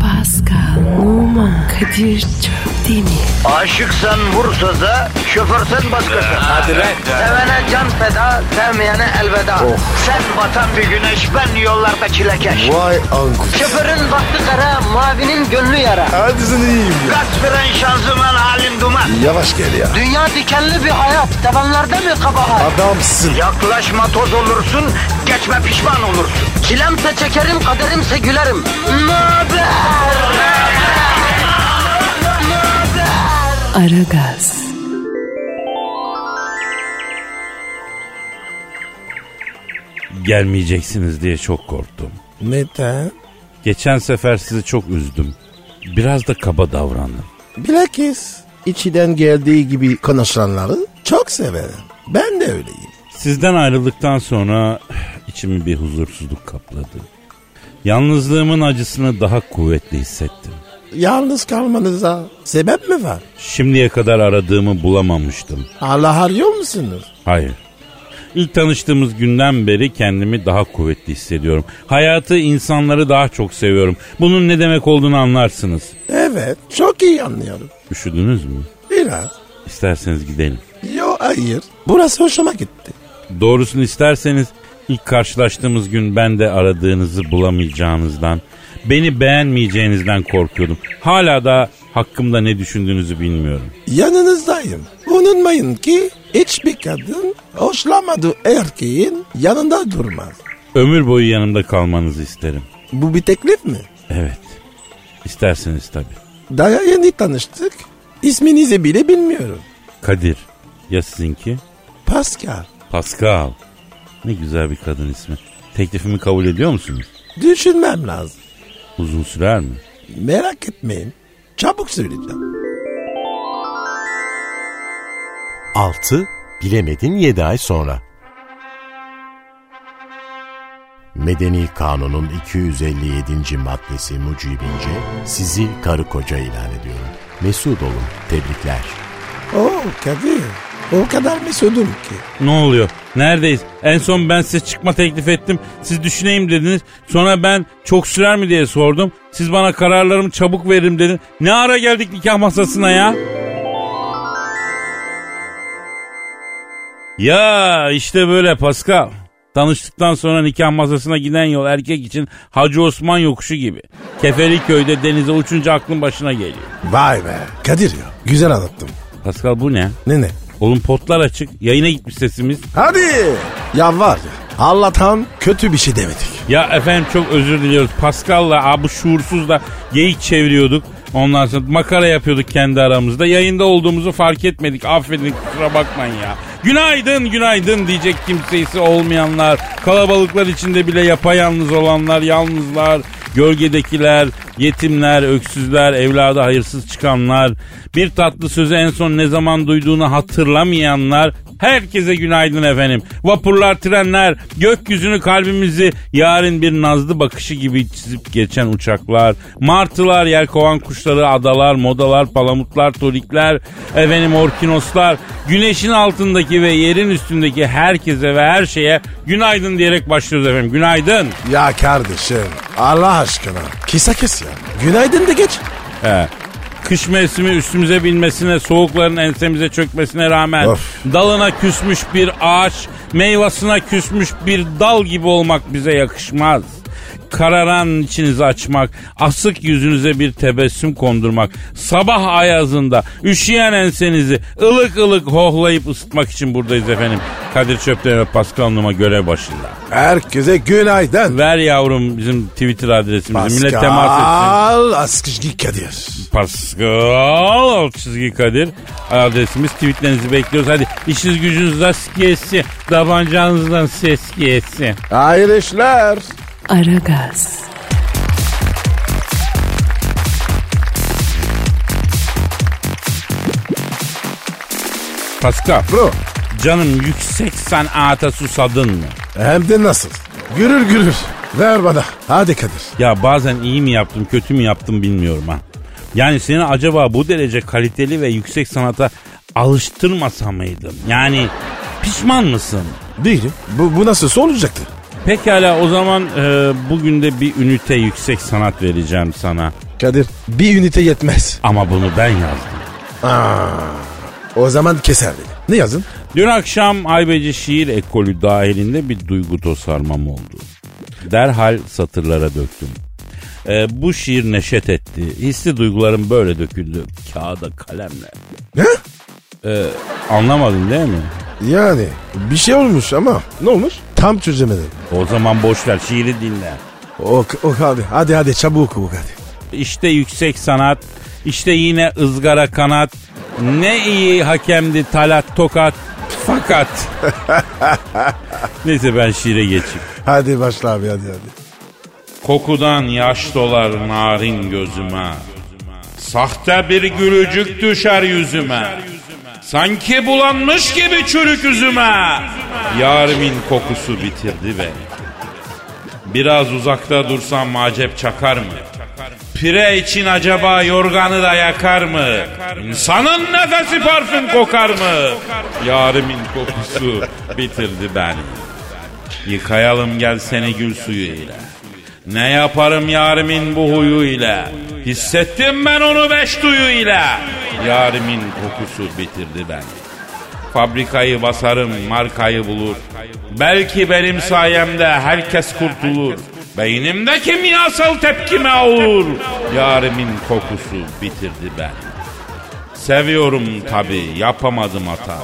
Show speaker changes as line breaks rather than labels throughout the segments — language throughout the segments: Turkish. Pascal, Oman, Kadir çok değil mi?
Aşıksan vursa da şoförsen başkasın. Hadi
lan.
Sevene can feda, sevmeyene elveda. Sen batan bir güneş, ben yollarda çilekeş.
Vay anku.
Şoförün baktı kara, mavinin gönlü yara.
Hadi sen iyiyim ya.
Kasperen şanzıman halin duman.
Yavaş gel ya.
Dünya dikenli bir hayat, sevenlerde mi kabahar?
Adamsın.
Yaklaşma toz olursun, geçme pişman olursun. Çilemse çekerim, kaderimse gülerim. Möber!
Aragaz,
gelmeyeceksiniz diye çok korktum.
Neden?
Geçen sefer sizi çok üzdüm. Biraz da kaba davrandım.
Bilakis içinden geldiği gibi konuşanları çok severim. Ben de öyleyim.
Sizden ayrıldıktan sonra içimi bir huzursuzluk kapladı. Yalnızlığımın acısını daha kuvvetli hissettim.
Yalnız kalmanıza sebep mi var?
Şimdiye kadar aradığımı bulamamıştım.
Allah arıyor musunuz?
Hayır. İlk tanıştığımız günden beri kendimi daha kuvvetli hissediyorum. Hayatı, insanları daha çok seviyorum. Bunun ne demek olduğunu anlarsınız.
Evet çok iyi anlıyorum.
Üşüdünüz mü?
Biraz.
İsterseniz gidelim.
Yo hayır. Burası hoşuma gitti.
Doğrusunu isterseniz ilk karşılaştığımız gün ben de aradığınızı bulamayacağınızdan, beni beğenmeyeceğinizden korkuyordum. Hala da hakkımda ne düşündüğünüzü bilmiyorum.
Yanınızdayım. Unutmayın ki hiçbir kadın hoşlanmadığı erkeğin yanında durmaz.
Ömür boyu yanımda kalmanızı isterim.
Bu bir teklif mi?
Evet. İsterseniz tabii.
Daha yeni tanıştık. İsminizi bile bilmiyorum.
Kadir. Ya sizinki?
Pascal.
Pascal. Ne güzel bir kadın ismi. Teklifimi kabul ediyor musunuz?
Düşünmem lazım.
Uzun sürer mi?
Merak etmeyin. Çabuk söyleyeceğim.
Altı bilemedin 7 ay sonra. Medeni Kanun'un 257. maddesi mucibince sizi karı koca ilan ediyorum. Mesut olun. Tebrikler.
Oo Kadir. O kadar mesudum ki.
Ne oluyor? Neredeyiz? En son ben size çıkma teklif ettim. Siz düşüneyim dediniz. Sonra ben çok sürer mi diye sordum. Siz bana kararlarımı çabuk veririm dedin. Ne ara geldik nikah masasına ya? Ya işte böyle Pascal. Tanıştıktan sonra nikah masasına giden yol erkek için Hacı Osman yokuşu gibi. Kefeli köyde denize uçunca aklın başına geliyor.
Vay be. Kadir ya. Güzel anlattın.
Pascal bu ne?
Ne ne?
Oğlum potlar açık. Yayına gitmiş sesimiz.
Hadi. Ya var ya. Allah'tan kötü bir şey demedik.
Ya efendim çok özür diliyoruz. Pascal'la abi şuursuzla geyik çeviriyorduk. Ondan sonra makara yapıyorduk kendi aramızda. Yayında olduğumuzu fark etmedik. Affedin kusura bakmayın ya. Günaydın günaydın diyecek kimsesi olmayanlar, kalabalıklar içinde bile yapayalnız olanlar, yalnızlar, gölgedekiler, yetimler, öksüzler, evladı hayırsız çıkanlar, bir tatlı sözü en son ne zaman duyduğunu hatırlamayanlar, Herkese günaydın efendim. Vapurlar, trenler, gökyüzünü kalbimizi yarın bir nazlı bakışı gibi çizip geçen uçaklar, martılar, yelkovan kuşları, adalar, modalar, palamutlar, torikler, efendim orkinoslar, güneşin altındaki ve yerin üstündeki herkese ve her şeye günaydın diyerek başlıyoruz efendim. Günaydın.
Ya kardeşim. Allah aşkına. Kisa kes ya. Günaydın da geç.
He. Kış mevsimi üstümüze binmesine, soğukların ensemize çökmesine rağmen
Of.
dalına küsmüş bir ağaç, meyvasına küsmüş bir dal gibi olmak bize yakışmaz. Kararan içinizi açmak, asık yüzünüze bir tebessüm kondurmak, sabah ayazında üşüyen ensenizi ılık ılık hohlayıp ısıtmak için buradayız efendim. Kadir Çöpten ve Pascal Numa görev başında.
Herkese günaydın.
Ver yavrum bizim Twitter adresimizi, millet temas etsin.
Pascal Askışgi Kadir.
Pascal alt çizgi Kadir adresimiz tweetlerinizi bekliyoruz. Hadi işiniz gücünüz rast gelsin. Davancanızdan ses gelsin.
Hayırlı işler.
Aragaz,
Pascal
Bro.
canım yüksek sanata susadın mı?
Hem de nasıl? Gürür gürür. Ver bana. Hadi Kadir.
Ya bazen iyi mi yaptım kötü mü yaptım bilmiyorum ha. Yani seni acaba bu derece kaliteli ve yüksek sanata alıştırmasa mıydım? Yani pişman mısın?
Değilim. Bu, bu nasıl olacaktı?
Pekala o zaman e, bugün de bir ünite yüksek sanat vereceğim sana.
Kadir bir ünite yetmez.
Ama bunu ben yazdım.
O zaman keser beni. Ne yazın?
Dün akşam Aybeci Şiir Ekolü dahilinde bir duygu tosarmam oldu. Derhal satırlara döktüm. Ee, bu şiir neşet etti. Hisli duygularım böyle döküldü. Kağıda kalemle.
Ne?
Ee, anlamadın değil mi?
Yani bir şey olmuş ama ne olmuş? Tam çözemedim.
O zaman boş ver şiiri dinle.
Ok, ok abi hadi hadi çabuk oku hadi.
İşte yüksek sanat, işte yine ızgara kanat. Ne iyi hakemdi Talat Tokat. Fakat. Neyse ben şiire geçeyim.
Hadi başla abi hadi hadi.
Kokudan yaş dolar narin gözüme. Sahte bir gülücük düşer yüzüme. Sanki bulanmış gibi çürük üzüme. Yarimin kokusu bitirdi beni. Biraz uzakta dursam acep çakar mı? Pire için acaba yorganı da yakar mı? İnsanın nefesi parfüm kokar mı? Yarimin kokusu bitirdi beni. Yıkayalım gel seni gül suyu ile. Ne yaparım yarimin bu huyu ile. Hissettim ben onu beş duyu ile. Yarimin kokusu bitirdi beni. Fabrikayı basarım, markayı bulur. Belki benim sayemde herkes kurtulur. Beynimde kimyasal tepkime olur. Yarimin kokusu bitirdi beni. Seviyorum tabi yapamadım hata.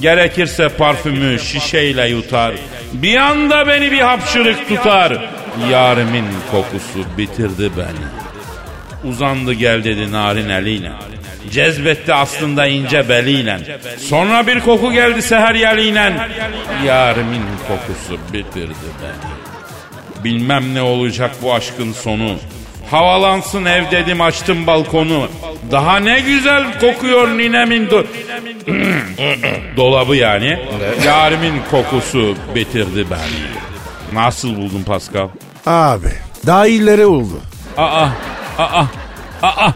Gerekirse parfümü şişeyle yutar. Bir anda beni bir hapşırık tutar. Yarimin kokusu bitirdi beni. Uzandı gel dedi narin eliyle. Cezbetti aslında ince beliyle. Sonra bir koku geldi seher yeliyle. Yarimin kokusu bitirdi beni. Bilmem ne olacak bu aşkın sonu. Havalansın ev dedim açtım balkonu. Daha ne güzel kokuyor ninemin do- dolabı yani. Yarimin kokusu bitirdi beni. Nasıl buldun Pascal?
Abi daha iyileri oldu.
Aa, aa, aa.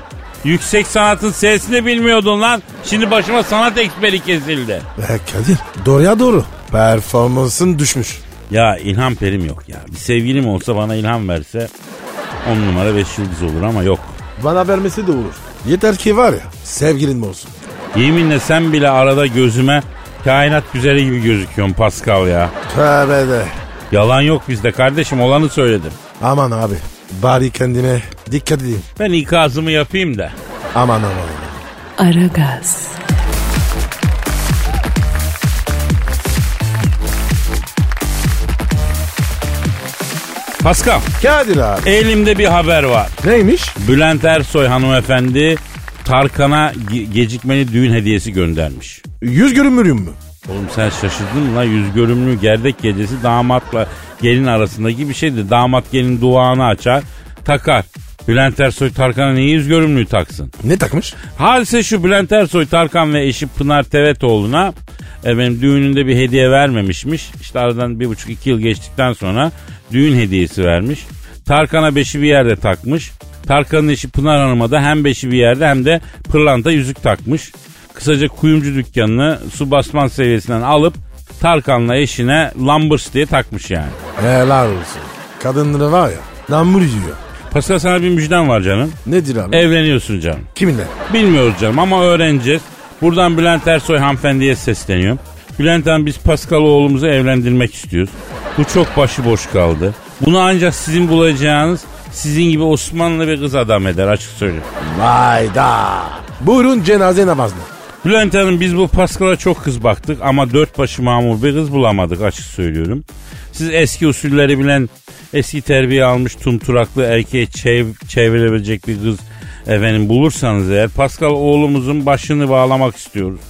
Yüksek sanatın sesini bilmiyordun lan. Şimdi başıma sanat ekmeli kesildi.
Ee, Kadir doğruya doğru. Performansın düşmüş.
Ya ilham perim yok ya. Bir sevgilim olsa bana ilham verse on numara beş yıldız olur ama yok.
Bana vermesi de olur. Yeter ki var ya sevgilin mi olsun.
Yeminle sen bile arada gözüme kainat güzeli gibi gözüküyorsun Pascal ya.
Tövbe de.
Yalan yok bizde kardeşim olanı söyledim.
Aman abi bari kendine dikkat edin.
Ben ikazımı yapayım da.
Aman aman.
Aragaz,
Pascal
Kadir abi.
elimde bir haber var.
Neymiş?
Bülent Ersoy hanımefendi Tarkan'a ge- gecikmeli düğün hediyesi göndermiş.
Yüz görünmürüm mü?
Oğlum sen şaşırdın mı lan yüz görümlü gerdek gecesi damatla gelin arasındaki bir şeydi. Damat gelin duvağını açar takar. Bülent Ersoy Tarkan'a niye yüz görümlüğü taksın?
Ne takmış?
Halise şu Bülent Ersoy Tarkan ve eşi Pınar Tevetoğlu'na efendim, düğününde bir hediye vermemişmiş. İşte aradan bir buçuk iki yıl geçtikten sonra düğün hediyesi vermiş. Tarkan'a beşi bir yerde takmış. Tarkan'ın eşi Pınar Hanım'a da hem beşi bir yerde hem de pırlanta yüzük takmış. Kısaca kuyumcu dükkanını su basman seviyesinden alıp Tarkan'la eşine Lambers diye takmış yani.
Helal olsun. Kadınları var ya. Namur yiyor.
Pascal sana bir müjdem var canım.
Nedir abi?
Evleniyorsun canım.
Kiminle?
Bilmiyoruz canım ama öğreneceğiz. Buradan Bülent Ersoy hanımefendiye sesleniyorum. Bülent Hanım biz Pascal oğlumuzu evlendirmek istiyoruz. Bu çok başıboş kaldı. Bunu ancak sizin bulacağınız sizin gibi Osmanlı bir kız adam eder açık söyleyeyim.
Vay da. Buyurun cenaze namazına.
Bülent Hanım biz bu Pascal'a çok kız baktık ama dört başı mamur bir kız bulamadık açık söylüyorum. Siz eski usulleri bilen eski terbiye almış tumturaklı erkeğe çev- çevrilebilecek bir kız efendim bulursanız eğer Pascal oğlumuzun başını bağlamak istiyoruz.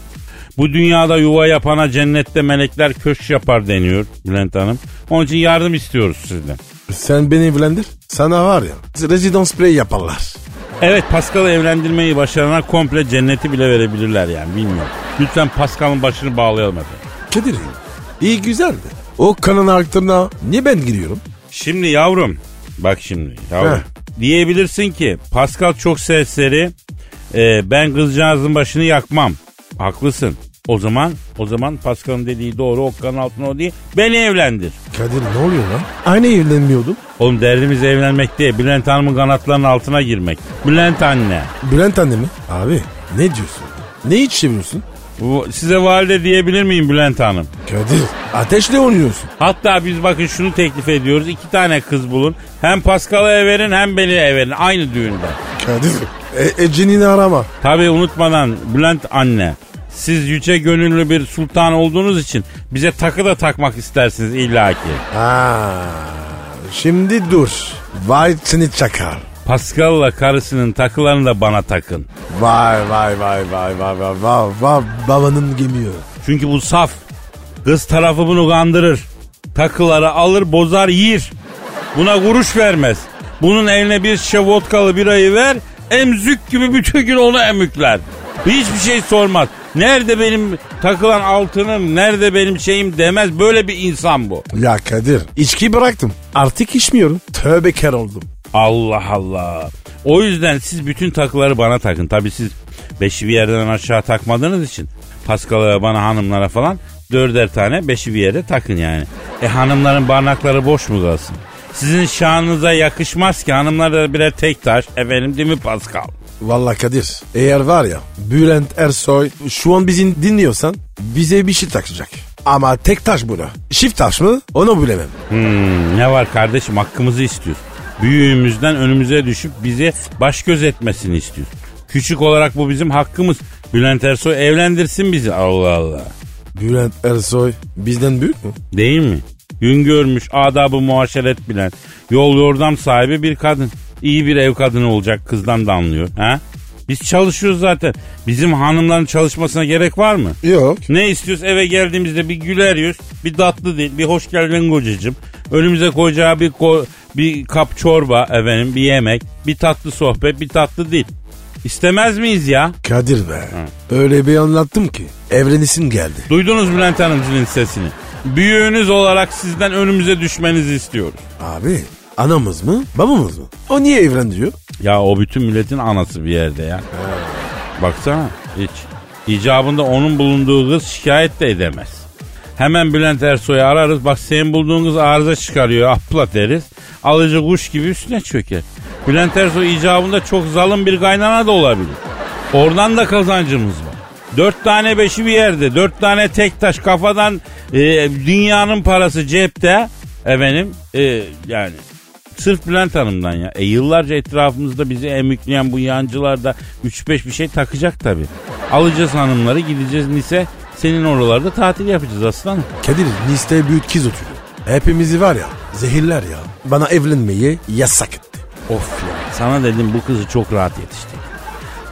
Bu dünyada yuva yapana cennette melekler köşk yapar deniyor Bülent Hanım. Onun için yardım istiyoruz sizden.
Sen beni evlendir. Sana var ya. Rezidans play yaparlar.
Evet Pascal'ı evlendirmeyi başarana komple cenneti bile verebilirler yani bilmiyorum. Lütfen Pascal'ın başını bağlayalım efendim.
Kadir. iyi güzeldi. O kanın aktırına niye ben giriyorum?
Şimdi yavrum bak şimdi yavrum.
Heh.
Diyebilirsin ki Pascal çok serseri. e, ben kızcağızın başını yakmam. Haklısın. O zaman o zaman Pascal'ın dediği doğru Okkan Altın o değil. Beni evlendir.
Kadir ne oluyor lan? Aynı evlenmiyordum.
Oğlum derdimiz evlenmek değil. Bülent Hanım'ın kanatlarının altına girmek. Bülent anne.
Bülent anne mi? Abi ne diyorsun? Ne içiyorsun?
bu- Size valide diyebilir miyim Bülent Hanım?
Kadir ateşle oynuyorsun.
Hatta biz bakın şunu teklif ediyoruz. iki tane kız bulun. Hem Pascal'a ev verin hem beni ev verin. Aynı düğünde.
Kadir e, Ece'nin arama.
Tabii unutmadan Bülent anne. Siz yüce gönüllü bir sultan olduğunuz için bize takı da takmak istersiniz illaki.
Ha, şimdi dur. Vay seni çakar.
Pascal'la karısının takılarını da bana takın.
Vay vay vay vay vay vay vay vay babanın gemiyor.
Çünkü bu saf. Kız tarafı bunu kandırır. Takıları alır bozar yiyir. Buna kuruş vermez. Bunun eline bir şişe vodkalı birayı ver. Emzük gibi bütün gün onu emükler. Hiçbir şey sormaz. Nerede benim takılan altınım, nerede benim şeyim demez. Böyle bir insan bu.
Ya Kadir içki bıraktım. Artık içmiyorum. Tövbekar oldum.
Allah Allah. O yüzden siz bütün takıları bana takın. Tabii siz beşi bir yerden aşağı takmadığınız için. Paskalara bana hanımlara falan dörder tane beşi bir yere takın yani. E hanımların barnakları boş mu kalsın? Sizin şanınıza yakışmaz ki hanımlar da birer tek taş. Efendim değil mi Pascal?
Valla Kadir eğer var ya Bülent Ersoy şu an bizi dinliyorsan bize bir şey takacak. Ama tek taş buna. Çift taş mı onu bilemem.
Hmm, ne var kardeşim hakkımızı istiyoruz. Büyüğümüzden önümüze düşüp bizi baş göz etmesini istiyoruz. Küçük olarak bu bizim hakkımız. Bülent Ersoy evlendirsin bizi. Allah Allah.
Bülent Ersoy bizden büyük mü?
Değil mi? Gün görmüş, adabı muaşeret bilen, yol yordam sahibi bir kadın. İyi bir ev kadını olacak kızdan da anlıyor. Ha? Biz çalışıyoruz zaten. Bizim hanımların çalışmasına gerek var mı?
Yok.
Ne istiyoruz eve geldiğimizde bir güler yüz, bir tatlı dil, bir hoş geldin kocacığım. Önümüze koyacağı bir ko- bir kap çorba efendim, bir yemek, bir tatlı sohbet, bir tatlı dil. İstemez miyiz ya?
Kadir be. Öyle bir anlattım ki evrenisin geldi.
Duydunuz Bülent Hanımcı'nın sesini. Büyüğünüz olarak sizden önümüze düşmenizi istiyoruz.
Abi anamız mı babamız mı? O niye evren diyor?
Ya o bütün milletin anası bir yerde ya. Baksana hiç. İcabında onun bulunduğu kız şikayet de edemez. Hemen Bülent Ersoy'u ararız. Bak senin bulduğun kız arıza çıkarıyor abla deriz. Alıcı kuş gibi üstüne çöker. Bülent Ersoy icabında çok zalim bir kaynana da olabilir. Oradan da kazancımız var. Dört tane beşi bir yerde. Dört tane tek taş kafadan e, dünyanın parası cepte. Efendim e, yani Sırf Bülent Hanım'dan ya. E yıllarca etrafımızda bizi emükleyen bu yancılar da 3-5 bir şey takacak tabii. Alacağız hanımları gideceğiz Nis'e. Senin oralarda tatil yapacağız aslanım.
Kadir liste büyük kız oturuyor. Hepimizi var ya zehirler ya. Bana evlenmeyi yasak etti.
Of ya sana dedim bu kızı çok rahat yetiştirdim.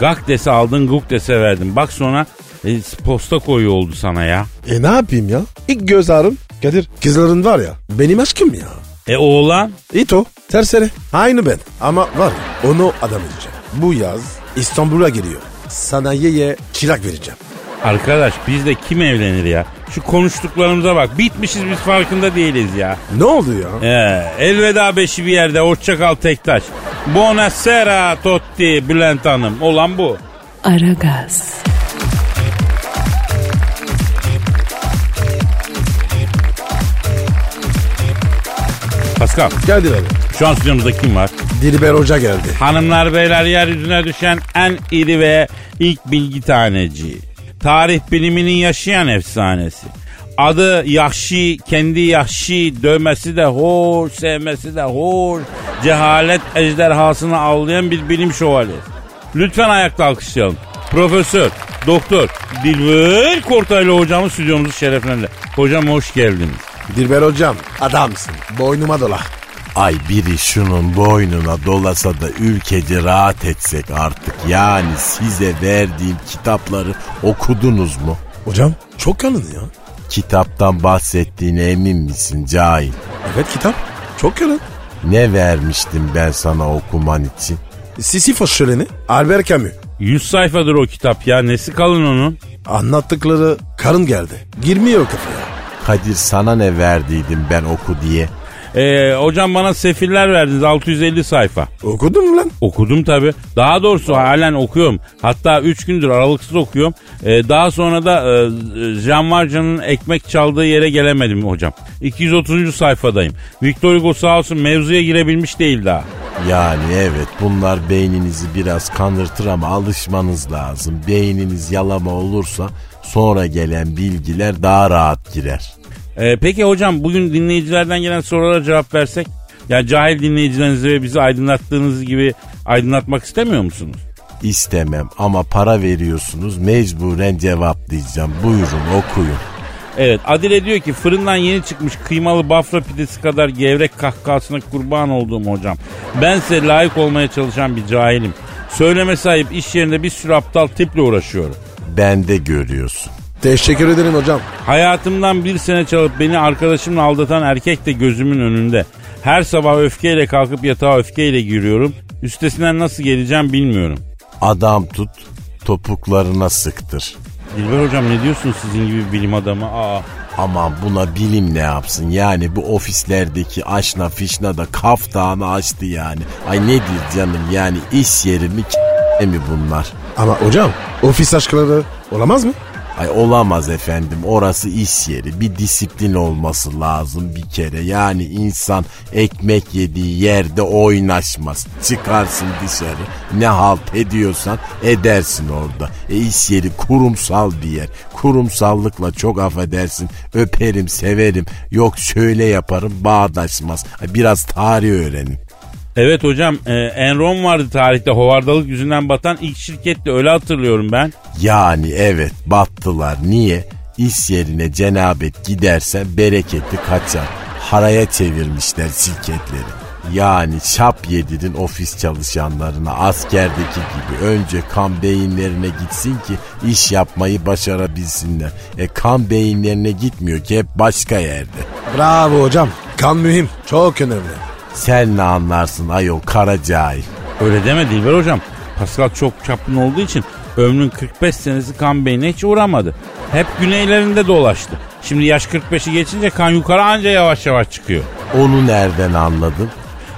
Gak dese aldın guk dese verdin. Bak sonra e, posta koyu oldu sana ya.
E ne yapayım ya? İlk göz ağrım Kadir. Kızların var ya benim aşkım ya.
E oğlan
İto terseri. Aynı ben ama var ya, onu adam edeceğim. Bu yaz İstanbul'a geliyor. Sanayiye çırak vereceğim.
Arkadaş bizde kim evlenir ya? Şu konuştuklarımıza bak. Bitmişiz biz farkında değiliz ya.
Ne oldu ya?
Ee, elveda beşi bir yerde. Hoşçakal Tektaş. Buonasera Totti Bülent Hanım. Olan bu.
Aragaz,
Pascal
Kadir abi.
şu an stüdyomuzda kim var?
Dilber Hoca geldi.
Hanımlar beyler yeryüzüne düşen en iri ve ilk bilgi taneci. Tarih biliminin yaşayan efsanesi. Adı Yahşi, kendi Yahşi, dövmesi de hoş, sevmesi de hoş. Cehalet ejderhasını avlayan bir bilim şövalyesi. Lütfen ayakta alkışlayalım. Profesör, doktor, Dilber Kortaylı hocamız stüdyomuzu şereflendirdi. Hocam hoş geldiniz.
Dilber Hocam adamsın. Boynuma dola.
Ay biri şunun boynuna dolasa da ülkece rahat etsek artık. Yani size verdiğim kitapları okudunuz mu?
Hocam çok kalın ya.
Kitaptan bahsettiğine emin misin cahil?
Evet kitap. Çok kalın.
Ne vermiştim ben sana okuman için?
Sisyphos şöleni Albert Camus.
100 sayfadır o kitap ya. Nesi kalın onun?
Anlattıkları karın geldi. Girmiyor kafaya.
Kadir sana ne verdiydim ben oku diye?
Ee, hocam bana sefiller verdiniz 650 sayfa.
Okudun mu lan?
Okudum tabi. Daha doğrusu halen okuyorum. Hatta 3 gündür aralıksız okuyorum. Ee, daha sonra da e, Jean Valjean'ın ekmek çaldığı yere gelemedim hocam. 230. sayfadayım. Victor Hugo sağ olsun mevzuya girebilmiş değil daha.
Yani evet bunlar beyninizi biraz kanırtır ama alışmanız lazım. Beyniniz yalama olursa sonra gelen bilgiler daha rahat girer.
Ee, peki hocam bugün dinleyicilerden gelen sorulara cevap versek? Ya cahil dinleyicilerinizi ve bizi aydınlattığınız gibi aydınlatmak istemiyor musunuz?
İstemem ama para veriyorsunuz mecburen cevaplayacağım. Buyurun okuyun.
Evet Adile diyor ki fırından yeni çıkmış kıymalı bafra pidesi kadar gevrek kahkahasına kurban olduğum hocam. Bense layık olmaya çalışan bir cahilim. Söyleme sahip iş yerinde bir sürü aptal tiple uğraşıyorum.
Ben de görüyorsun.
Teşekkür ederim hocam.
Hayatımdan bir sene çalıp beni arkadaşımla aldatan erkek de gözümün önünde. Her sabah öfkeyle kalkıp yatağa öfkeyle giriyorum. Üstesinden nasıl geleceğim bilmiyorum.
Adam tut topuklarına sıktır.
Dilber hocam ne diyorsun sizin gibi bilim adamı? Aa.
Aman buna bilim ne yapsın yani bu ofislerdeki aşna fişna da kaftağını açtı yani. Ay nedir canım yani iş yeri mi k- mi bunlar?
Ama hocam ofis aşkları olamaz mı?
Ay olamaz efendim orası iş yeri bir disiplin olması lazım bir kere yani insan ekmek yediği yerde oynaşmaz çıkarsın dışarı ne halt ediyorsan edersin orada e iş yeri kurumsal bir yer kurumsallıkla çok affedersin öperim severim yok şöyle yaparım bağdaşmaz Ay biraz tarih öğrenin
Evet hocam e, Enron vardı tarihte hovardalık yüzünden batan ilk şirketti öyle hatırlıyorum ben.
Yani evet battılar. Niye? İş yerine cenabet gidersen bereketi kaçar. Haraya çevirmişler şirketleri. Yani şap yedirin ofis çalışanlarına askerdeki gibi önce kan beyinlerine gitsin ki iş yapmayı başarabilsinler. E kan beyinlerine gitmiyor ki hep başka yerde.
Bravo hocam. Kan mühim. Çok önemli.
Sen ne anlarsın ayol kara cahil.
Öyle deme Dilber hocam. Pascal çok çapkın olduğu için ömrün 45 senesi kan beynine hiç uğramadı. Hep güneylerinde dolaştı. Şimdi yaş 45'i geçince kan yukarı anca yavaş yavaş çıkıyor.
Onu nereden anladın?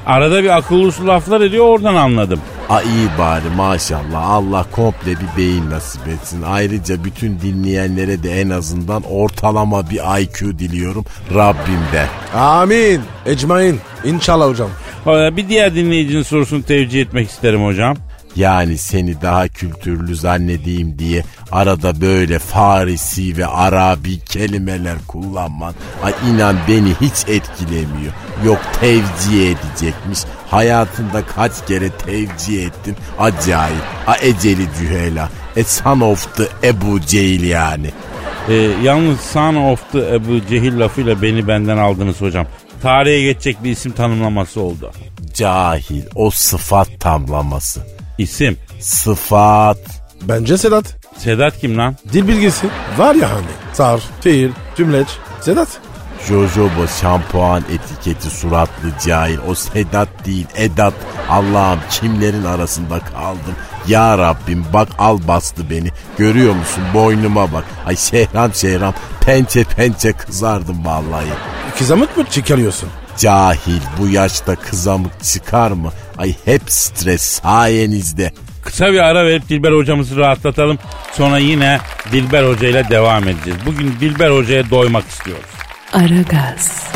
Arada bir akıllı uslu laflar ediyor oradan anladım.
A iyi bari maşallah Allah komple bir beyin nasip etsin. Ayrıca bütün dinleyenlere de en azından ortalama bir IQ diliyorum Rabbimde.
Amin. Ecmain. İnşallah hocam.
Ee, Bir diğer dinleyicinin sorusunu tevcih etmek isterim hocam.
Yani seni daha kültürlü zannedeyim diye arada böyle Farisi ve Arabi kelimeler kullanman ay inan beni hiç etkilemiyor. Yok tevcih edecekmiş. Hayatında kaç kere tevcih ettin? Acayip. A eceli cühela. E son of the Ebu Cehil yani.
Ee, yalnız son of the Ebu Cehil lafıyla beni benden aldınız hocam. Tarihe geçecek bir isim tanımlaması oldu.
Cahil o sıfat tamlaması.
İsim.
Sıfat.
Bence Sedat.
Sedat kim lan?
Dil bilgisi var ya hani. Sarf, fiil, cümleç. Sedat.
Jojoba şampuan etiketi suratlı cahil. O sedat değil edat. Allah'ım kimlerin arasında kaldım. Ya Rabbim bak al bastı beni. Görüyor musun boynuma bak. Ay şehram şehram pençe pençe kızardım vallahi.
Kızamık mı çıkarıyorsun?
Cahil bu yaşta kızamık çıkar mı? Ay hep stres sayenizde.
Kısa bir ara verip Dilber hocamızı rahatlatalım. Sonra yine Dilber Hoca ile devam edeceğiz. Bugün Dilber Hoca'ya doymak istiyoruz.
Aragaz,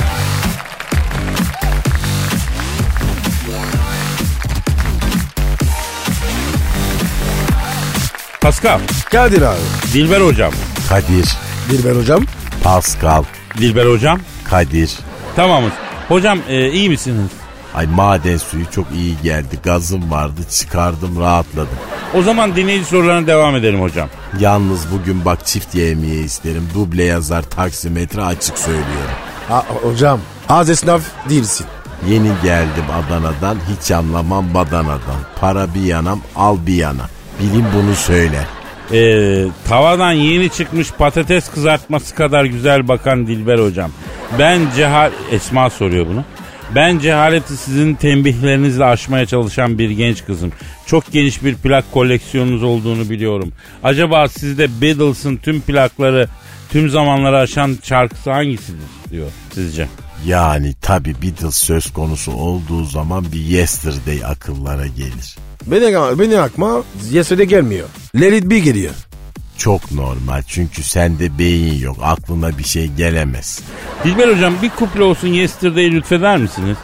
Pascal,
Kadir abi.
Dilber Hocam.
Kadir,
Dilber hocam.
Pascal,
Dilber Hocam.
Kadir.
Tamamız. Hocam e, iyi misiniz?
Ay maden suyu çok iyi geldi. Gazım vardı çıkardım rahatladım.
O zaman dinleyici sorularına devam edelim hocam.
Yalnız bugün bak çift yemeği isterim. Duble yazar taksimetre açık söylüyorum.
Ha, hocam. Az esnaf değilsin.
Yeni geldim Adana'dan hiç anlamam badanadan. Para bir yanam al bir yana. Bilim bunu söyle.
Ee, tavadan yeni çıkmış patates kızartması kadar güzel bakan Dilber hocam. Ben cehal... Esma soruyor bunu. Ben cehaleti sizin tembihlerinizle aşmaya çalışan bir genç kızım. Çok geniş bir plak koleksiyonunuz olduğunu biliyorum. Acaba sizde Beatles'ın tüm plakları tüm zamanları aşan şarkısı hangisidir diyor sizce?
Yani tabi Beatles söz konusu olduğu zaman bir yesterday akıllara gelir.
Benim, benim aklıma yesterday gelmiyor. Let it be geliyor.
Çok normal çünkü sende beyin yok aklına bir şey gelemez.
Dilber hocam bir kuple olsun Yesterday'i lütfeder misiniz?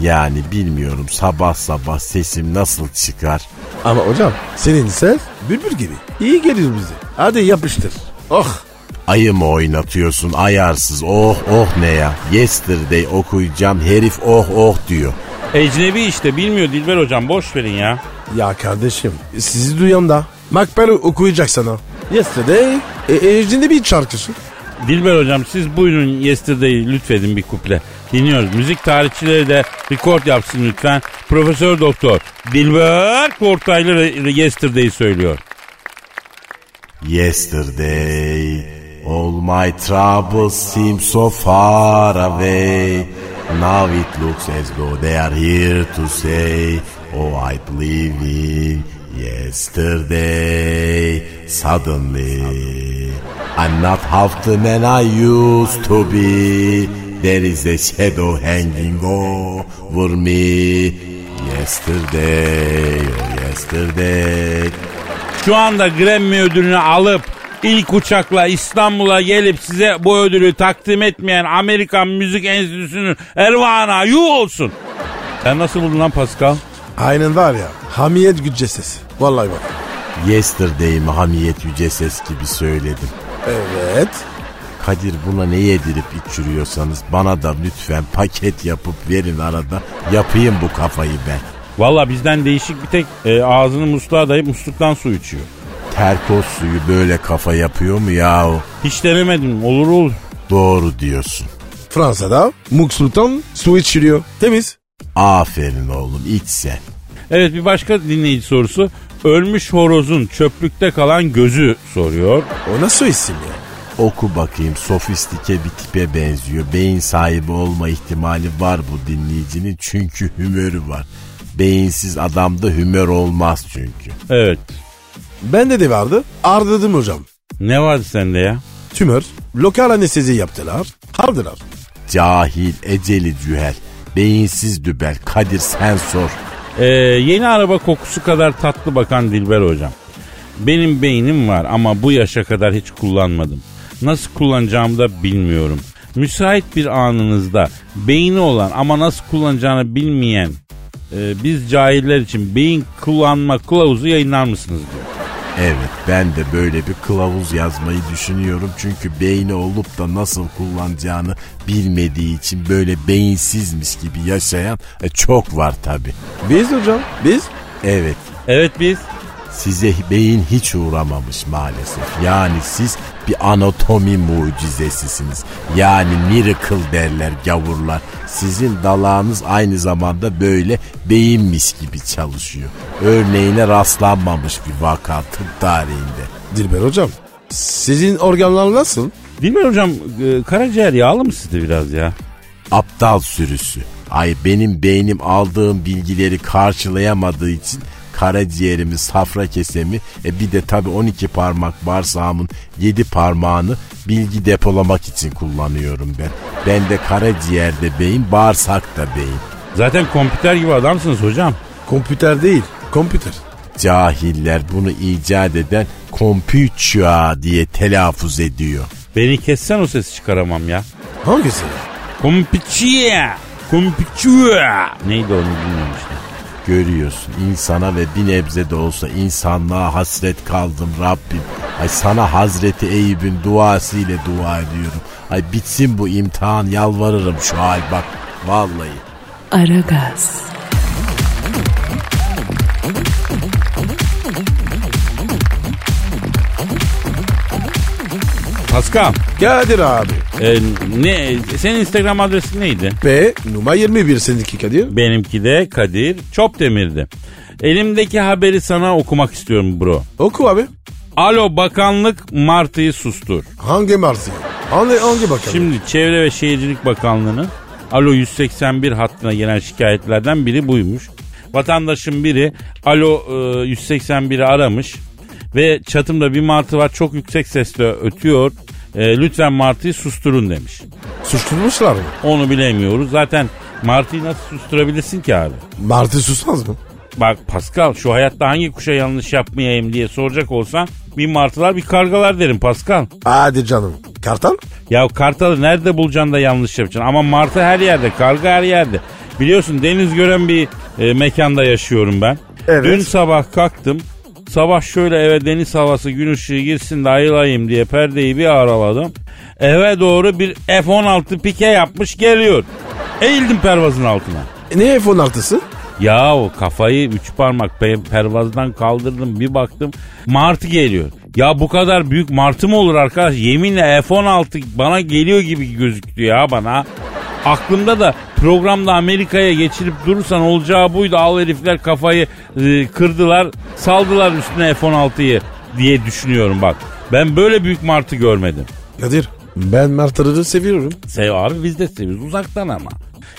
Yani bilmiyorum sabah sabah sesim nasıl çıkar.
Ama hocam senin ses bülbül gibi. İyi gelir bize. Hadi yapıştır. Oh
Ayı mı oynatıyorsun ayarsız oh oh ne ya. Yesterday okuyacağım herif oh oh diyor.
Ecnebi işte bilmiyor Dilber hocam boş verin ya.
ya kardeşim sizi duyan da. Macbeth'i okuyacak sana. Yesterday. E, Ejder'de bir şarkısı.
Dilber hocam siz buyurun Yesterday'i lütfedin bir kuple. Dinliyoruz. Müzik tarihçileri de rekord yapsın lütfen. Profesör Doktor Dilber Kortaylı re- Yesterday'i söylüyor.
Yesterday, all my troubles seem so far away. Now it looks as though they are here to say, Oh, I believe in yesterday. Suddenly, I'm not half the man I used to be. There is a shadow hanging over me. Yesterday, oh yesterday.
Şu anda Grammy ödülünü alıp ilk uçakla İstanbul'a gelip size bu ödülü takdim etmeyen Amerikan Müzik Enstitüsü'nün Ervana yu olsun. Sen nasıl buldun lan Pascal?
Aynen var ya. Hamiyet gücce sesi. Vallahi bak.
Yesterday mi Hamiyet Yüce Ses gibi söyledim.
Evet.
Kadir buna ne yedirip içiriyorsanız bana da lütfen paket yapıp verin arada. Yapayım bu kafayı ben.
Valla bizden değişik bir tek e, ağzını musluğa dayayıp musluktan su içiyor.
Terkos suyu böyle kafa yapıyor mu yahu?
Hiç denemedim olur olur.
Doğru diyorsun.
Fransa'da Muksultan su içiliyor. Temiz.
Aferin oğlum iç sen.
Evet bir başka dinleyici sorusu. Ölmüş horozun çöplükte kalan gözü soruyor.
O nasıl isim ya?
Oku bakayım sofistike bir tipe benziyor. Beyin sahibi olma ihtimali var bu dinleyicinin çünkü hümörü var. Beyinsiz adamda hümör olmaz çünkü.
Evet.
Bende de vardı. Ardadım hocam.
Ne vardı sende ya?
Tümör. Lokal anestezi yaptılar. Hardılar.
Cahil, eceli cühel, beyinsiz dübel. Kadir sen sor.
Ee, yeni araba kokusu kadar tatlı bakan Dilber hocam. Benim beynim var ama bu yaşa kadar hiç kullanmadım. Nasıl kullanacağımı da bilmiyorum. Müsait bir anınızda beyni olan ama nasıl kullanacağını bilmeyen e, biz cahiller için beyin kullanma kılavuzu yayınlar mısınız diyor.
Evet ben de böyle bir kılavuz yazmayı düşünüyorum. Çünkü beyni olup da nasıl kullanacağını bilmediği için böyle beyinsizmiş gibi yaşayan e, çok var tabi.
Biz hocam. Biz.
Evet
Evet biz
size beyin hiç uğramamış maalesef. Yani siz bir anatomi mucizesisiniz. Yani miracle derler gavurlar. Sizin dalağınız aynı zamanda böyle beyinmiş gibi çalışıyor. Örneğine rastlanmamış bir vaka tıp tarihinde.
Dilber hocam. Sizin organlar nasıl?
Dilber hocam e, karaciğer yağlı mı sizde biraz ya?
Aptal sürüsü. Ay benim beynim aldığım bilgileri karşılayamadığı için karaciğerimi, safra kesemi e bir de tabii 12 parmak bağırsağımın 7 parmağını bilgi depolamak için kullanıyorum ben. Ben de karaciğerde beyin, bağırsakta beyin.
Zaten kompüter gibi adamsınız hocam.
Kompüter değil. Kompüter.
Cahiller bunu icat eden kompüçya diye telaffuz ediyor.
Beni kessen o sesi çıkaramam ya.
Hangisi?
Kompiçiye. Kompiçiye. Neydi onu bilmiyorum işte.
Görüyorsun insana ve bir nebze de olsa insanlığa hasret kaldım Rabbim. Ay sana Hazreti Eyüp'ün duası ile dua ediyorum. Ay bitsin bu imtihan yalvarırım şu hal bak. Vallahi.
Aragaz,
Paskal.
Kadir abi.
e, ne, senin Instagram adresin neydi?
P numara 21 seninki Kadir.
Benimki de Kadir Çopdemir'di. Elimdeki haberi sana okumak istiyorum bro.
Oku abi.
Alo bakanlık Martı'yı sustur.
Hangi martı? Hangi, hangi bakalım?
Şimdi Çevre ve Şehircilik Bakanlığı'nın Alo 181 hattına gelen şikayetlerden biri buymuş. Vatandaşın biri Alo e, 181'i aramış ve çatımda bir martı var çok yüksek sesle ötüyor. E, lütfen martıyı susturun demiş.
Suçlanmışlar mı?
Onu bilemiyoruz. Zaten Martı'yı nasıl susturabilirsin ki abi?
Martı susmaz mı?
Bak Pascal şu hayatta hangi kuşa yanlış yapmayayım diye soracak olsan bir martılar bir kargalar derim Pascal.
Hadi canım. Kartal?
Ya kartalı nerede bulacaksın da yanlış yapacaksın? Ama martı her yerde, karga her yerde. Biliyorsun deniz gören bir e, mekanda yaşıyorum ben.
Evet.
Dün sabah kalktım. Sabah şöyle eve deniz havası gün ışığı girsin de ayılayım diye perdeyi bir araladım. Eve doğru bir F-16 pike yapmış geliyor. Eğildim pervazın altına.
E, ne F-16'sı?
Yahu kafayı üç parmak pe- pervazdan kaldırdım bir baktım martı geliyor. Ya bu kadar büyük martı mı olur arkadaş? Yeminle F-16 bana geliyor gibi gözüktü ya bana. Aklımda da programda Amerika'ya geçirip durursan olacağı buydu. Al herifler kafayı e, kırdılar saldılar üstüne F-16'yı diye düşünüyorum bak. Ben böyle büyük martı görmedim.
Kadir ben martıları seviyorum.
Sev abi biz de seviyoruz uzaktan ama.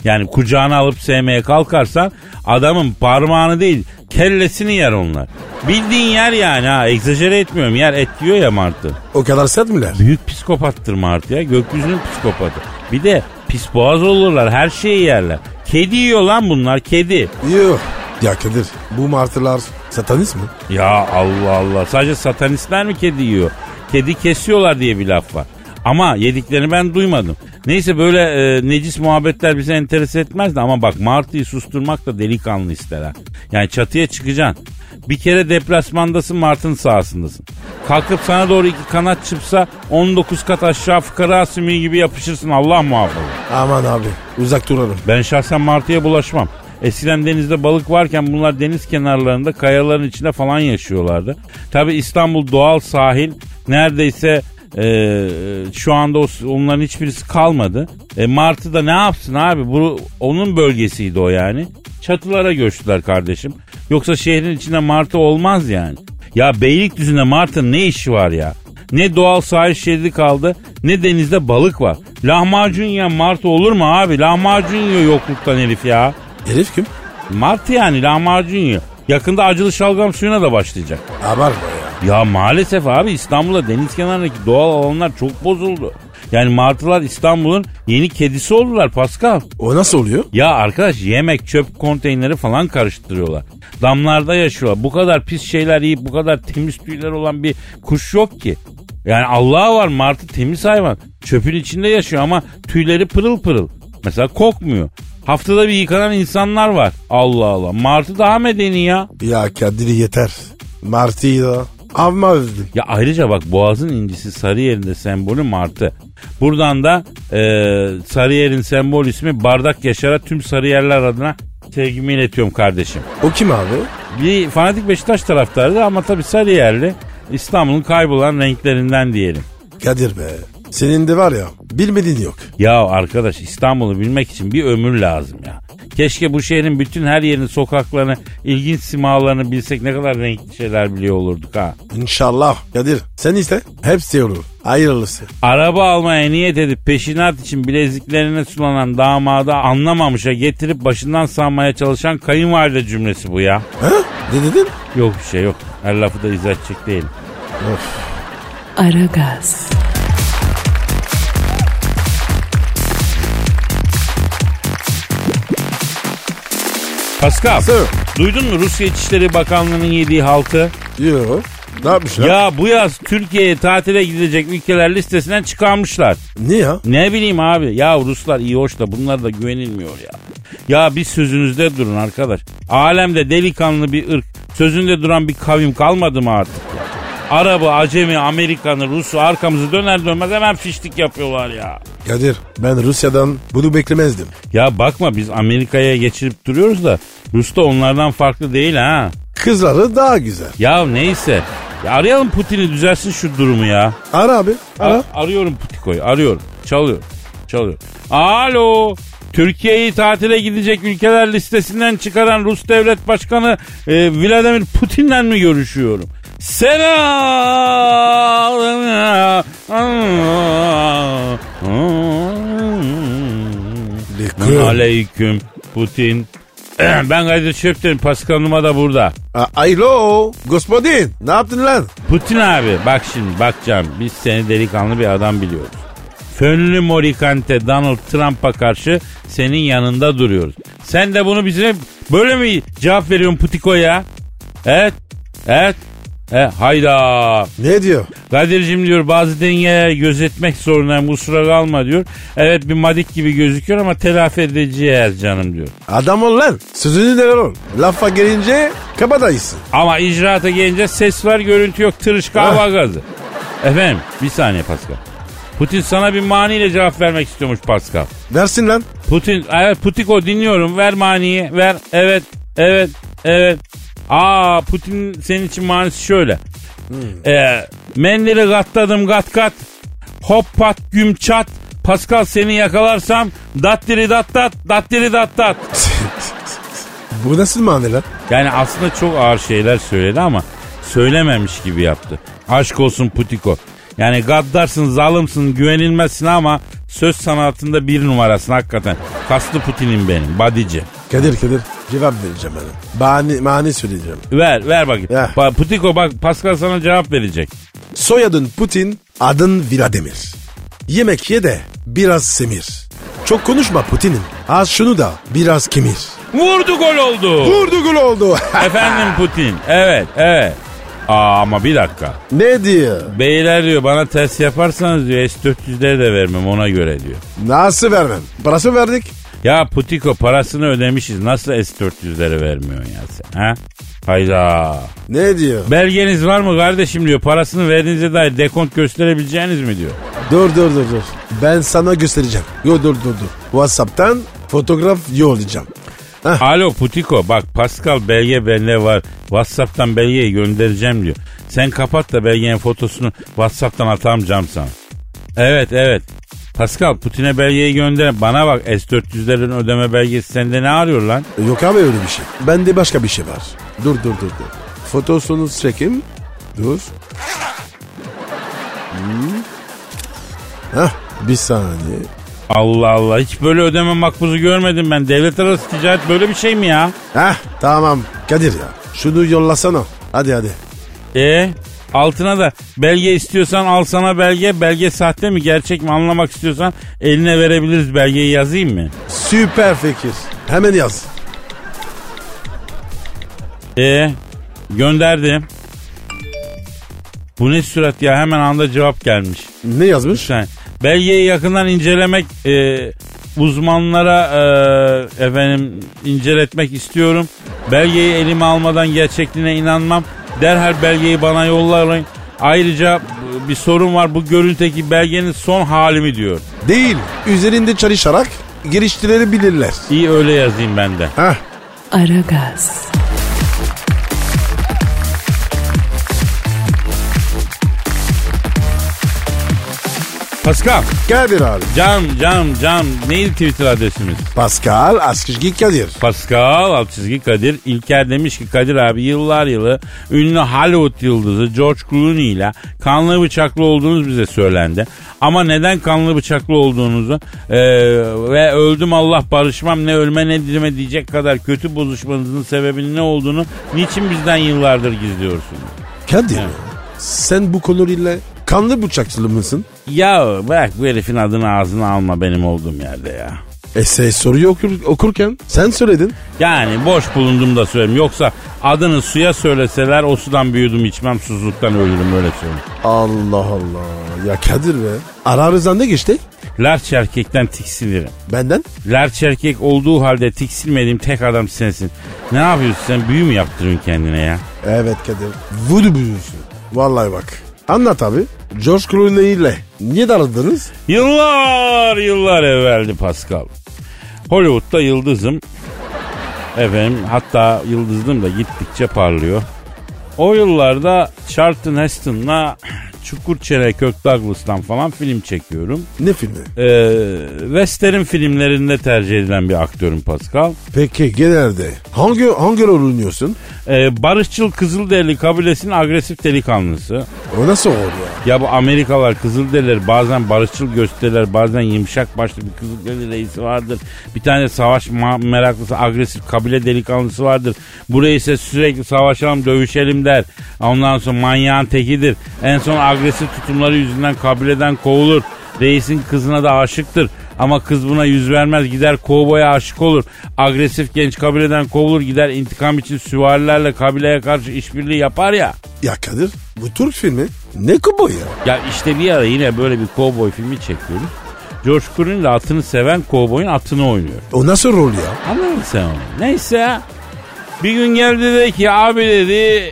Yani kucağına alıp sevmeye kalkarsan adamın parmağını değil kellesini yer onlar. Bildiğin yer yani ha egzajere etmiyorum yer et diyor ya martı.
O kadar sert miler?
Büyük psikopattır martı ya gökyüzünün psikopatı. Bir de pis boğaz olurlar her şeyi yerler. Kedi yiyor lan bunlar kedi.
Yok. Ya Kadir bu martılar satanist mi?
Ya Allah Allah sadece satanistler mi kedi yiyor? Kedi kesiyorlar diye bir laf var. Ama yediklerini ben duymadım. Neyse böyle e, necis muhabbetler bizi enterese etmezdi ama bak Martı'yı susturmak da delikanlı ister ha. Yani çatıya çıkacaksın. Bir kere deplasmandasın Mart'ın sahasındasın. Kalkıp sana doğru iki kanat çıpsa 19 kat aşağı fıkara sümüğü gibi yapışırsın Allah muhafaza.
Aman abi uzak duralım.
Ben şahsen martıya bulaşmam. Eskiden denizde balık varken bunlar deniz kenarlarında kayaların içinde falan yaşıyorlardı. Tabi İstanbul doğal sahil neredeyse e, şu anda o- onların hiçbirisi kalmadı. E, martı da ne yapsın abi bu onun bölgesiydi o yani. Çatılara göçtüler kardeşim. Yoksa şehrin içinde martı olmaz yani. Ya Beylikdüzü'nde martının ne işi var ya? Ne doğal sahil şeridi kaldı ne denizde balık var. Lahmacun yiyen martı olur mu abi? Lahmacun yiyor yokluktan herif ya.
Herif kim?
Martı yani lahmacun yiyor. Yakında acılı şalgam suyuna da başlayacak.
Abartma ya.
Ya maalesef abi İstanbul'da deniz kenarındaki doğal alanlar çok bozuldu. Yani martılar İstanbul'un yeni kedisi oldular Pascal.
O nasıl oluyor?
Ya arkadaş yemek çöp konteyneri falan karıştırıyorlar. Damlarda yaşıyorlar. Bu kadar pis şeyler yiyip bu kadar temiz tüyler olan bir kuş yok ki. Yani Allah'a var martı temiz hayvan. Çöpün içinde yaşıyor ama tüyleri pırıl pırıl. Mesela kokmuyor. Haftada bir yıkanan insanlar var. Allah Allah. Martı daha medeni ya.
Ya Kadir yeter. Martıyı da avma özledim.
Ya ayrıca bak Boğaz'ın incisi Sarıyer'in de sembolü martı. Buradan da e, Sarıyer'in sembol ismi Bardak Yaşar'a tüm Sarıyerler adına sevgimi iletiyorum kardeşim.
O kim abi?
Bir fanatik Beşiktaş taraftarı ama tabii Sarıyerli İstanbul'un kaybolan renklerinden diyelim.
Kadir be. Senin de var ya bilmediğin yok.
Ya arkadaş İstanbul'u bilmek için bir ömür lazım ya. Keşke bu şehrin bütün her yerini, sokaklarını, ilginç simalarını bilsek ne kadar renkli şeyler biliyor olurduk ha.
İnşallah. Kadir sen iste. Hepsi olur. Hayırlısı.
Araba almaya niyet edip peşinat için bileziklerine sulanan damada anlamamışa getirip başından sanmaya çalışan kayınvalide cümlesi bu ya.
Ha? Ne dedin?
Yok bir şey yok. Her lafı da izah edecek değilim.
Aragaz,
Pascal.
Sir.
Duydun mu Rusya İçişleri Bakanlığı'nın yediği haltı?
Yo. Ne yapmışlar?
Ya bu yaz Türkiye'ye tatile gidecek ülkeler listesinden çıkarmışlar.
Ne ya?
Ne bileyim abi ya Ruslar iyi hoş da bunlar da güvenilmiyor ya. Ya bir sözünüzde durun arkadaş. Alemde delikanlı bir ırk sözünde duran bir kavim kalmadı mı artık ya? Arabı, Acemi, Amerikanı, Rus'u arkamızı döner dönmez hemen fiştik yapıyorlar ya.
Kadir ben Rusya'dan bunu beklemezdim.
Ya bakma biz Amerika'ya geçirip duruyoruz da Rus da onlardan farklı değil ha.
Kızları daha güzel.
Ya neyse. Ya arayalım Putin'i düzelsin şu durumu ya.
Ara abi. Ara.
Ar- arıyorum Putiko'yu arıyorum. Çalıyor. Çalıyor. Alo. Türkiye'yi tatile gidecek ülkeler listesinden çıkaran Rus Devlet Başkanı e, Vladimir Putin'le mi görüşüyorum? Selam.
Likör.
Aleyküm Putin. ben Kadir Çöpten Pascal Numa da burada.
A- Alo. Gospodin. Ne yaptın lan?
Putin abi bak şimdi bak canım biz seni delikanlı bir adam biliyoruz. Fönlü morikante Donald Trump'a karşı senin yanında duruyoruz. Sen de bunu bize böyle mi cevap veriyorsun Putiko ya? Evet. Evet. E, hayda.
Ne diyor?
Kadir'cim diyor bazı dengeleri gözetmek zorundayım kusura kalma diyor. Evet bir madik gibi gözüküyor ama telafi edeceğiz canım diyor.
Adam ol lan. Sözünü de ver oğlum. Lafa gelince kabadayısın.
Ama icraata gelince ses var görüntü yok tırışka
Ah.
hava gazı. Efendim bir saniye Pascal. Putin sana bir maniyle cevap vermek istiyormuş Pascal.
Versin lan.
Putin evet Putiko dinliyorum ver maniyi ver evet evet evet. Aa Putin senin için manisi şöyle. Ee, menleri katladım kat kat. Hop pat güm çat. Pascal seni yakalarsam dattiri dat dat dattiri dat dat.
Bu nasıl mani lan?
Yani aslında çok ağır şeyler söyledi ama söylememiş gibi yaptı. Aşk olsun Putiko. Yani gaddarsın, zalimsin, güvenilmezsin ama söz sanatında bir numarasın hakikaten. Kaslı Putin'im benim, badici.
Kadir Kadir cevap vereceğim ben. Mani, mani söyleyeceğim.
Ver, ver bakayım.
Ya.
Ba- Putiko bak Pascal sana cevap verecek.
Soyadın Putin, adın Vladimir. Yemek ye de biraz semir. Çok konuşma Putin'im. Az şunu da biraz kemir.
Vurdu gol oldu.
Vurdu gol oldu.
Efendim Putin. Evet, evet. Aa, ama bir dakika.
ne diyor?
Beyler diyor bana ters yaparsanız diyor S-400'leri de vermem ona göre diyor.
Nasıl vermem? Parası verdik.
Ya Putiko parasını ödemişiz. Nasıl S-400'leri vermiyorsun ya sen? Ha? Hayda.
Ne diyor?
Belgeniz var mı kardeşim diyor. Parasını verdiğinize dair dekont gösterebileceğiniz mi diyor.
Dur dur dur dur. Ben sana göstereceğim. Yo dur dur dur. Whatsapp'tan fotoğraf yollayacağım. Hah.
Alo Putiko bak Pascal belge bende var. Whatsapp'tan belgeyi göndereceğim diyor. Sen kapat da belgenin fotosunu Whatsapp'tan atamayacağım sana. Evet evet. Pascal Putin'e belgeyi gönder. Bana bak S-400'lerin ödeme belgesi sende ne arıyor lan?
Yok abi öyle bir şey. Bende başka bir şey var. Dur dur dur dur. Fotosunu çekeyim. Dur. Hmm. Hah, bir saniye.
Allah Allah hiç böyle ödeme makbuzu görmedim ben. Devlet arası ticaret böyle bir şey mi ya?
Hah, tamam Kadir ya. Şunu yollasana. Hadi hadi.
E altına da belge istiyorsan al sana belge. Belge sahte mi gerçek mi anlamak istiyorsan eline verebiliriz belgeyi yazayım mı?
Süper fikir. Hemen yaz.
E gönderdim. Bu ne sürat ya hemen anda cevap gelmiş.
Ne yazmış?
Lütfen. Belgeyi yakından incelemek e, uzmanlara e, efendim inceletmek istiyorum. Belgeyi elime almadan gerçekliğine inanmam. Derhal belgeyi bana yollayın. Ayrıca e, bir sorun var. Bu görüntüdeki belgenin son halimi diyor.
Değil. Üzerinde çalışarak geliştirebilirler.
İyi öyle yazayım ben de.
Hah.
Aragaz,
Pascal.
Kadir abi.
Cam cam cam. Neydi Twitter adresimiz?
Pascal Askışgi Kadir.
Pascal alt çizgi Kadir İlker demiş ki Kadir abi yıllar yılı ünlü Hollywood yıldızı George Clooney ile kanlı bıçaklı olduğunuz bize söylendi. Ama neden kanlı bıçaklı olduğunuzu e, ve öldüm Allah barışmam ne ölme ne dirime diyecek kadar kötü bozuşmanızın sebebinin ne olduğunu niçin bizden yıllardır gizliyorsunuz?
Kadir sen bu konuyla kanlı bıçakçılı mısın?
Ya bırak bu herifin adını ağzına alma benim olduğum yerde ya.
E sen soruyu okur- okurken sen söyledin.
Yani boş bulundum da söyleyeyim. Yoksa adını suya söyleseler o sudan büyüdüm içmem susuzluktan ölürüm öyle söyleyeyim.
Allah Allah. Ya Kadir be. Aramızdan ne geçti?
Larç erkekten tiksinirim.
Benden.
Larç erkek olduğu halde tiksinmediğim tek adam sensin. Ne yapıyorsun sen büyü mü yaptırıyorsun kendine ya?
Evet Kadir. Vudu büyüsün. Vallahi bak. Anlat abi. George Clooney ile niye darıldınız?
Yıllar yıllar evveldi Pascal. Hollywood'da yıldızım. Efendim hatta yıldızlığım da gittikçe parlıyor. O yıllarda Charlton Heston'la Çukurçele Kök Douglas'tan falan film çekiyorum.
Ne filmi?
Ee, Western filmlerinde tercih edilen bir aktörüm Pascal.
Peki genelde hangi hangi rol oynuyorsun?
Ee, barışçıl Kızılderili kabilesinin agresif delikanlısı.
O nasıl rol ya?
Ya bu Amerikalılar Kızılderililer bazen barışçıl gösterirler bazen yumuşak başlı bir Kızılderili reisi vardır. Bir tane savaş ma- meraklısı agresif kabile delikanlısı vardır. Bu ise sürekli savaşalım dövüşelim der. Ondan sonra manyağın tekidir. En son agresif tutumları yüzünden kabileden kovulur. Reisin kızına da aşıktır. Ama kız buna yüz vermez gider kovboya aşık olur. Agresif genç kabileden kovulur gider intikam için süvarilerle kabileye karşı işbirliği yapar ya.
Ya Kadir bu Türk filmi ne kubo ya?
Ya işte bir ara yine böyle bir kovboy filmi çekiyoruz. George Clooney ile atını seven kovboyun atını oynuyor.
O nasıl rol ya?
Anladın mı sen onu? Neyse. Bir gün geldi dedi ki abi dedi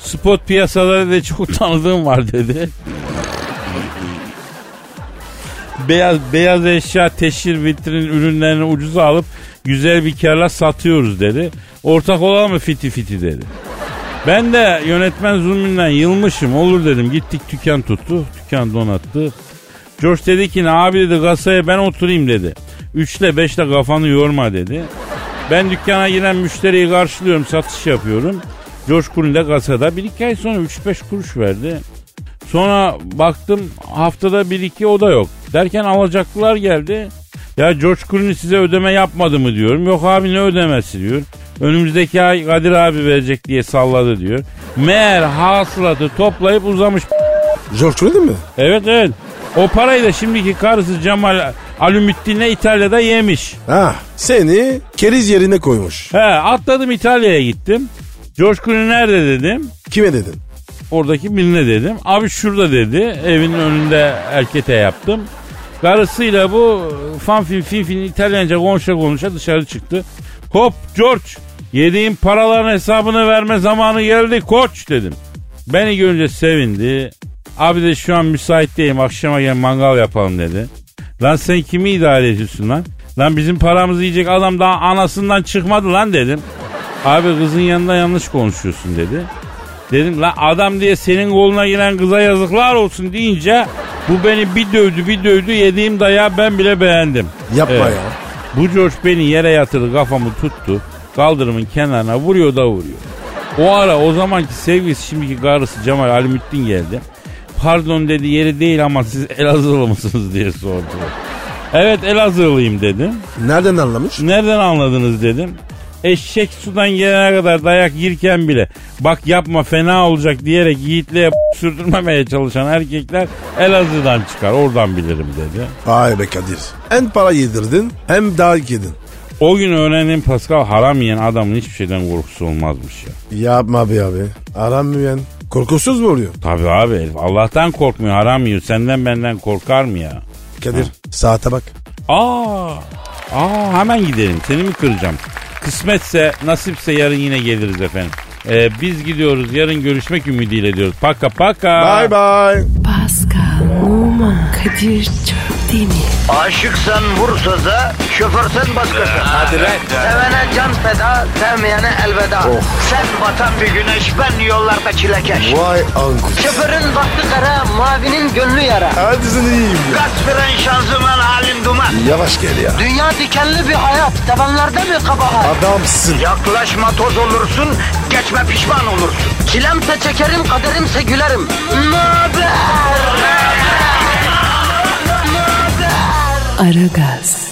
spot piyasaları da çok tanıdığım var dedi. beyaz beyaz eşya teşhir vitrin ürünlerini ucuza alıp güzel bir karla satıyoruz dedi. Ortak olalım mı fiti fiti dedi. Ben de yönetmen zulmünden yılmışım olur dedim. Gittik dükkan tuttu. Dükkan donattı. George dedi ki ne abi dedi kasaya ben oturayım dedi. Üçle beşle kafanı yorma dedi. Ben dükkana giren müşteriyi karşılıyorum satış yapıyorum. George Clooney de kasada. Bir iki ay sonra üç beş kuruş verdi. Sonra baktım haftada bir iki oda yok. Derken alacaklılar geldi. Ya George Clooney size ödeme yapmadı mı diyorum. Yok abi ne ödemesi diyor. Önümüzdeki ay Kadir abi verecek diye salladı diyor. Meğer hasılatı toplayıp uzamış.
George Clooney mi?
Evet evet. O parayı da şimdiki karısı Cemal Alümüttin'le İtalya'da yemiş.
Ha seni keriz yerine koymuş.
He atladım İtalya'ya gittim. George Clooney nerede dedim.
Kime dedin?
Oradaki birine dedim. Abi şurada dedi. Evinin önünde erkete yaptım. Karısıyla bu fan fin fin fin İtalyanca konuşa konuşa dışarı çıktı. Hop George yediğin paraların hesabını verme zamanı geldi koç dedim. Beni görünce sevindi. Abi de şu an müsait değilim akşama gel mangal yapalım dedi. Lan sen kimi idare ediyorsun lan? Lan bizim paramızı yiyecek adam daha anasından çıkmadı lan dedim. Abi kızın yanında yanlış konuşuyorsun dedi. Dedim lan adam diye senin koluna giren kıza yazıklar olsun deyince bu beni bir dövdü bir dövdü yediğim dayağı ben bile beğendim.
Yapma
Evet.
ya.
Bu George beni yere yatırdı kafamı tuttu. Kaldırımın kenarına vuruyor da vuruyor. O ara o zamanki sevgilisi şimdiki karısı Cemal Alimüddin geldi. Pardon dedi yeri değil ama siz Elazığlı mısınız diye sordu. Evet Elazığlıyım dedim.
Nereden anlamış?
Nereden anladınız dedim. Eşek sudan gelene kadar dayak yirken bile bak yapma fena olacak diyerek yiğitliğe sürdürmemeye çalışan erkekler Elazığ'dan çıkar oradan bilirim dedi.
Vay be Kadir. Hem para yedirdin hem daha yedin.
O gün öğrendim Pascal haram yiyen adamın hiçbir şeyden korkusu olmazmış ya.
Yapma be abi. Aram müyen. Korkusuz mu oluyor?
Tabii abi herif Allah'tan korkmuyor haram yiyor senden benden korkar mı ya?
Kadir saate bak.
Aa, aa hemen gidelim seni mi kıracağım? Kısmetse nasipse yarın yine geliriz efendim. Ee, biz gidiyoruz yarın görüşmek ümidiyle diyoruz. Paka paka.
Bye bye.
Pascal, Oman, Kadir çok değil mi?
Aşıksan vursa da, şoförsen başkasın. Hadi
lan.
Sevene can feda, sevmeyene elveda. Sen batan bir güneş, ben yollarda çilekeş.
Vay anku.
Şoförün baktı kara, mavinin gönlü yara.
Hadi sen iyiyim ya.
Kasperen şanzıman halin duman.
Yavaş gel ya.
Dünya dikenli bir hayat, sevenlerde mi kabahar?
Adamsın.
Yaklaşma toz olursun, geçme pişman olursun. Çilemse çekerim, kaderimse gülerim. Möber!
Aragaz.